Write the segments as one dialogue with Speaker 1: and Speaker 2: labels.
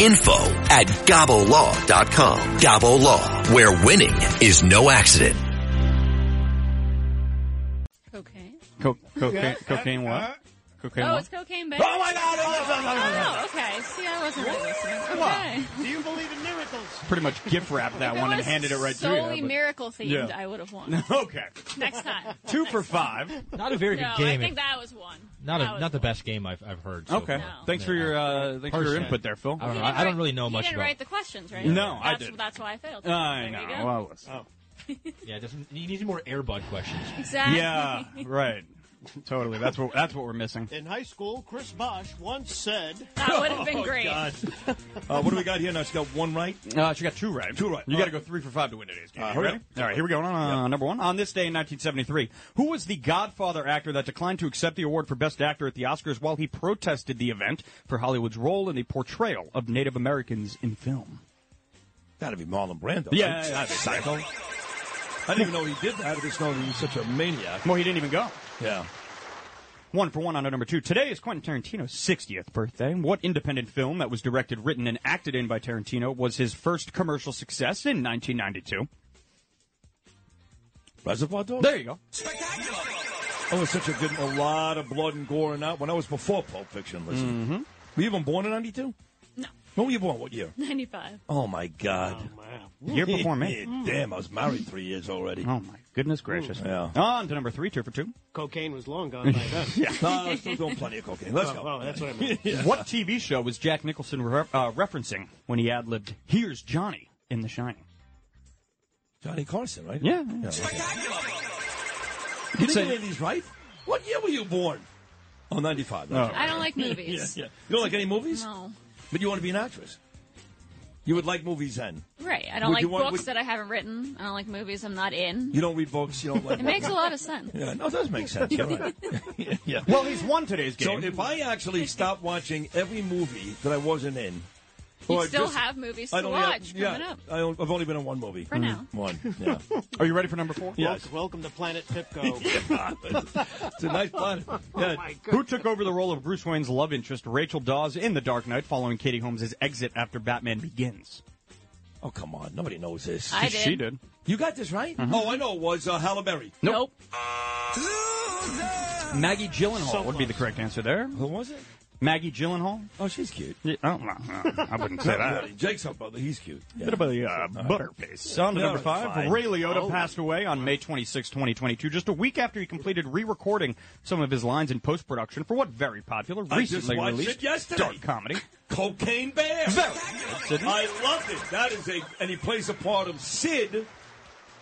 Speaker 1: info at gabolaw.com. Gabo Law, where winning is no accident.
Speaker 2: Cocaine.
Speaker 3: Co- cocaine, cocaine what? Cocaine
Speaker 2: Oh,
Speaker 3: what?
Speaker 2: it's cocaine based.
Speaker 3: Oh my god!
Speaker 2: Oh, okay. See, I wasn't really listening. Okay.
Speaker 4: Do you believe in miracles?
Speaker 3: Pretty much gift wrapped that
Speaker 2: If
Speaker 3: one
Speaker 2: it
Speaker 3: and
Speaker 2: was
Speaker 3: handed it right to you.
Speaker 2: solely
Speaker 3: but-
Speaker 2: miracle themed,
Speaker 3: Yeah.
Speaker 2: I would have won.
Speaker 3: Okay.
Speaker 2: Next time.
Speaker 3: Two for five.
Speaker 5: Not a very
Speaker 2: No,
Speaker 5: good
Speaker 2: I
Speaker 5: game.
Speaker 2: think that was one.
Speaker 5: not
Speaker 2: That
Speaker 5: a,
Speaker 2: was
Speaker 5: not the
Speaker 2: one.
Speaker 5: best game I've, I've heard. So
Speaker 3: Okay.
Speaker 5: far.
Speaker 3: Thanks for your uh, thanks for your
Speaker 5: Person.
Speaker 3: input there, Phil.
Speaker 5: I don't
Speaker 2: You
Speaker 5: know.
Speaker 2: didn't
Speaker 5: I, I don't
Speaker 2: write-
Speaker 5: really know
Speaker 2: you
Speaker 5: much
Speaker 2: didn't
Speaker 5: about.
Speaker 2: write the questions, right?
Speaker 3: No, I
Speaker 2: that's,
Speaker 3: didn't.
Speaker 2: That's why I failed.
Speaker 3: I
Speaker 2: There you
Speaker 3: know.
Speaker 2: go.
Speaker 3: Well, listen.
Speaker 5: Yeah, just, you need more Airbud questions.
Speaker 2: Exactly.
Speaker 3: Yeah. Right. Totally. That's what that's what we're missing.
Speaker 4: In high school, Chris Bosch once said,
Speaker 2: That would have
Speaker 3: Oh,
Speaker 6: Oh,
Speaker 2: been great.
Speaker 6: Uh, what do we got here? Now she got one right.
Speaker 3: Uh, she got two right.
Speaker 6: Two right.
Speaker 3: You
Speaker 6: All
Speaker 3: got to
Speaker 6: right.
Speaker 3: go three for five to win today's game.
Speaker 6: Uh,
Speaker 3: You
Speaker 6: hurry
Speaker 3: ready?
Speaker 6: up.
Speaker 3: All right, here we go. Uh, Number one. On this day in 1973, who was the Godfather actor that declined to accept the award for Best Actor at the Oscars while he protested the event for Hollywood's role in the portrayal of Native Americans in film?
Speaker 6: Gotta be Marlon Brando.
Speaker 3: Yeah,
Speaker 6: right?
Speaker 3: yeah, yeah.
Speaker 6: psycho. I didn't even know he did that. I just know he was such a maniac.
Speaker 3: Well, he didn't even go.
Speaker 6: Yeah.
Speaker 3: One for one on to number two. Today is Quentin Tarantino's 60th birthday. What independent film that was directed, written, and acted in by Tarantino was his first commercial success in 1992?
Speaker 6: Reservoir Dogs.
Speaker 3: There you go.
Speaker 6: That was such a good, a lot of blood and gore in that one. That was before Pulp Fiction. Listen,
Speaker 5: Mm-hmm.
Speaker 6: were you even born in '92?
Speaker 2: No.
Speaker 6: When were you born? What year?
Speaker 2: 95.
Speaker 6: Oh my God!
Speaker 4: wow.
Speaker 3: Year before me.
Speaker 6: Yeah, Damn, I was married three years already.
Speaker 3: Oh my goodness gracious.
Speaker 6: Yeah.
Speaker 3: On to number three, two for two.
Speaker 4: Cocaine was long gone by then. yeah.
Speaker 6: No, I'm still doing plenty of cocaine. Let's go.
Speaker 4: Oh, that's what I meant.
Speaker 3: What TV show was Jack Nicholson re- uh, referencing when he ad libbed, Here's Johnny in The Shining?
Speaker 6: Johnny Carson, right?
Speaker 3: Yeah.
Speaker 6: You didn't get any of these right? What year were you born? Oh, 95. that's right.
Speaker 2: I don't like movies.
Speaker 6: Yeah, yeah. You don't like any movies?
Speaker 2: No.
Speaker 6: But you want to be an actress. You would like movies then.
Speaker 2: Right. I don't
Speaker 6: Would
Speaker 2: like
Speaker 6: you want-
Speaker 2: books
Speaker 6: would-
Speaker 2: that I haven't written. I don't like movies I'm not in.
Speaker 6: You don't read books. You don't like
Speaker 2: It makes a lot of sense.
Speaker 6: Yeah, no, it does make sense. You're right. yeah, yeah.
Speaker 3: Well, he's won today's
Speaker 6: So
Speaker 3: game.
Speaker 6: if I actually stopped watching every movie that I wasn't in,
Speaker 2: You
Speaker 6: or I
Speaker 2: still
Speaker 6: just-
Speaker 2: have movies
Speaker 6: I
Speaker 2: to
Speaker 6: don't
Speaker 2: watch
Speaker 6: yeah,
Speaker 2: coming up.
Speaker 6: I don't, I've only been in one movie. Mm-hmm.
Speaker 2: For now.
Speaker 6: One. Yeah.
Speaker 3: Are you ready for number four?
Speaker 6: yes.
Speaker 4: Welcome to Planet Pipco.
Speaker 6: Oh, It's a nice planet. Yeah.
Speaker 3: Oh, Who took over the role of Bruce Wayne's love interest, Rachel Dawes, in The Dark Knight following Katie Holmes' exit after Batman Begins?
Speaker 6: Oh come on, nobody knows this.
Speaker 2: I did.
Speaker 3: She did.
Speaker 6: you got this right?
Speaker 3: Mm-hmm.
Speaker 6: Oh, I know. It was uh, Halle Berry.
Speaker 2: Nope.
Speaker 3: Maggie Gyllenhaal would be the correct answer there.
Speaker 6: Who was it?
Speaker 3: Maggie Gyllenhaal?
Speaker 6: Oh, she's cute.
Speaker 3: Yeah, I don't know. I wouldn't say that.
Speaker 6: Jake's up brother. He's cute.
Speaker 3: Bit of a uh, butterface. On to
Speaker 6: No,
Speaker 3: number
Speaker 6: it's
Speaker 3: five.
Speaker 6: fine.
Speaker 3: Ray Liotta passed away on May 26, 2022, just a week after he completed re-recording some of his lines in post-production for what very popular,
Speaker 6: I just
Speaker 3: recently
Speaker 6: watched
Speaker 3: released
Speaker 6: it yesterday.
Speaker 3: dark comedy.
Speaker 6: Cocaine Bear.
Speaker 3: Very good, Sidney.
Speaker 6: I loved it. That is a, and he plays a part of Sid,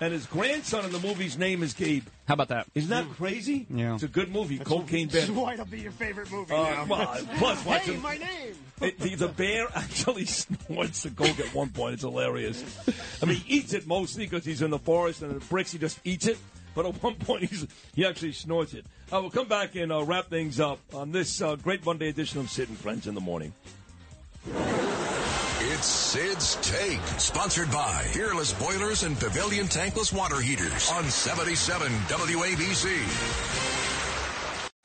Speaker 6: and his grandson in the movie's name is Gabe.
Speaker 3: How about that?
Speaker 6: Isn't that crazy?
Speaker 3: Mm. Yeah.
Speaker 6: It's a good movie, Cocaine Bear.
Speaker 4: This is why it'll be your favorite movie
Speaker 6: Uh,
Speaker 4: now.
Speaker 6: come on. Plus, watch
Speaker 4: Hey,
Speaker 6: him.
Speaker 4: my name!
Speaker 6: It- the, the bear actually snorts the coke at one point. It's hilarious. I mean, he eats it mostly because he's in the forest and the bricks. He just eats it. But at one point, he's, he actually snorts it. I will come back and uh, wrap things up on this uh, great Monday edition of Sitting Friends in the Morning.
Speaker 7: It's Sid's Take, sponsored by Fearless Boilers and Pavilion Tankless Water Heaters on 77 WABC.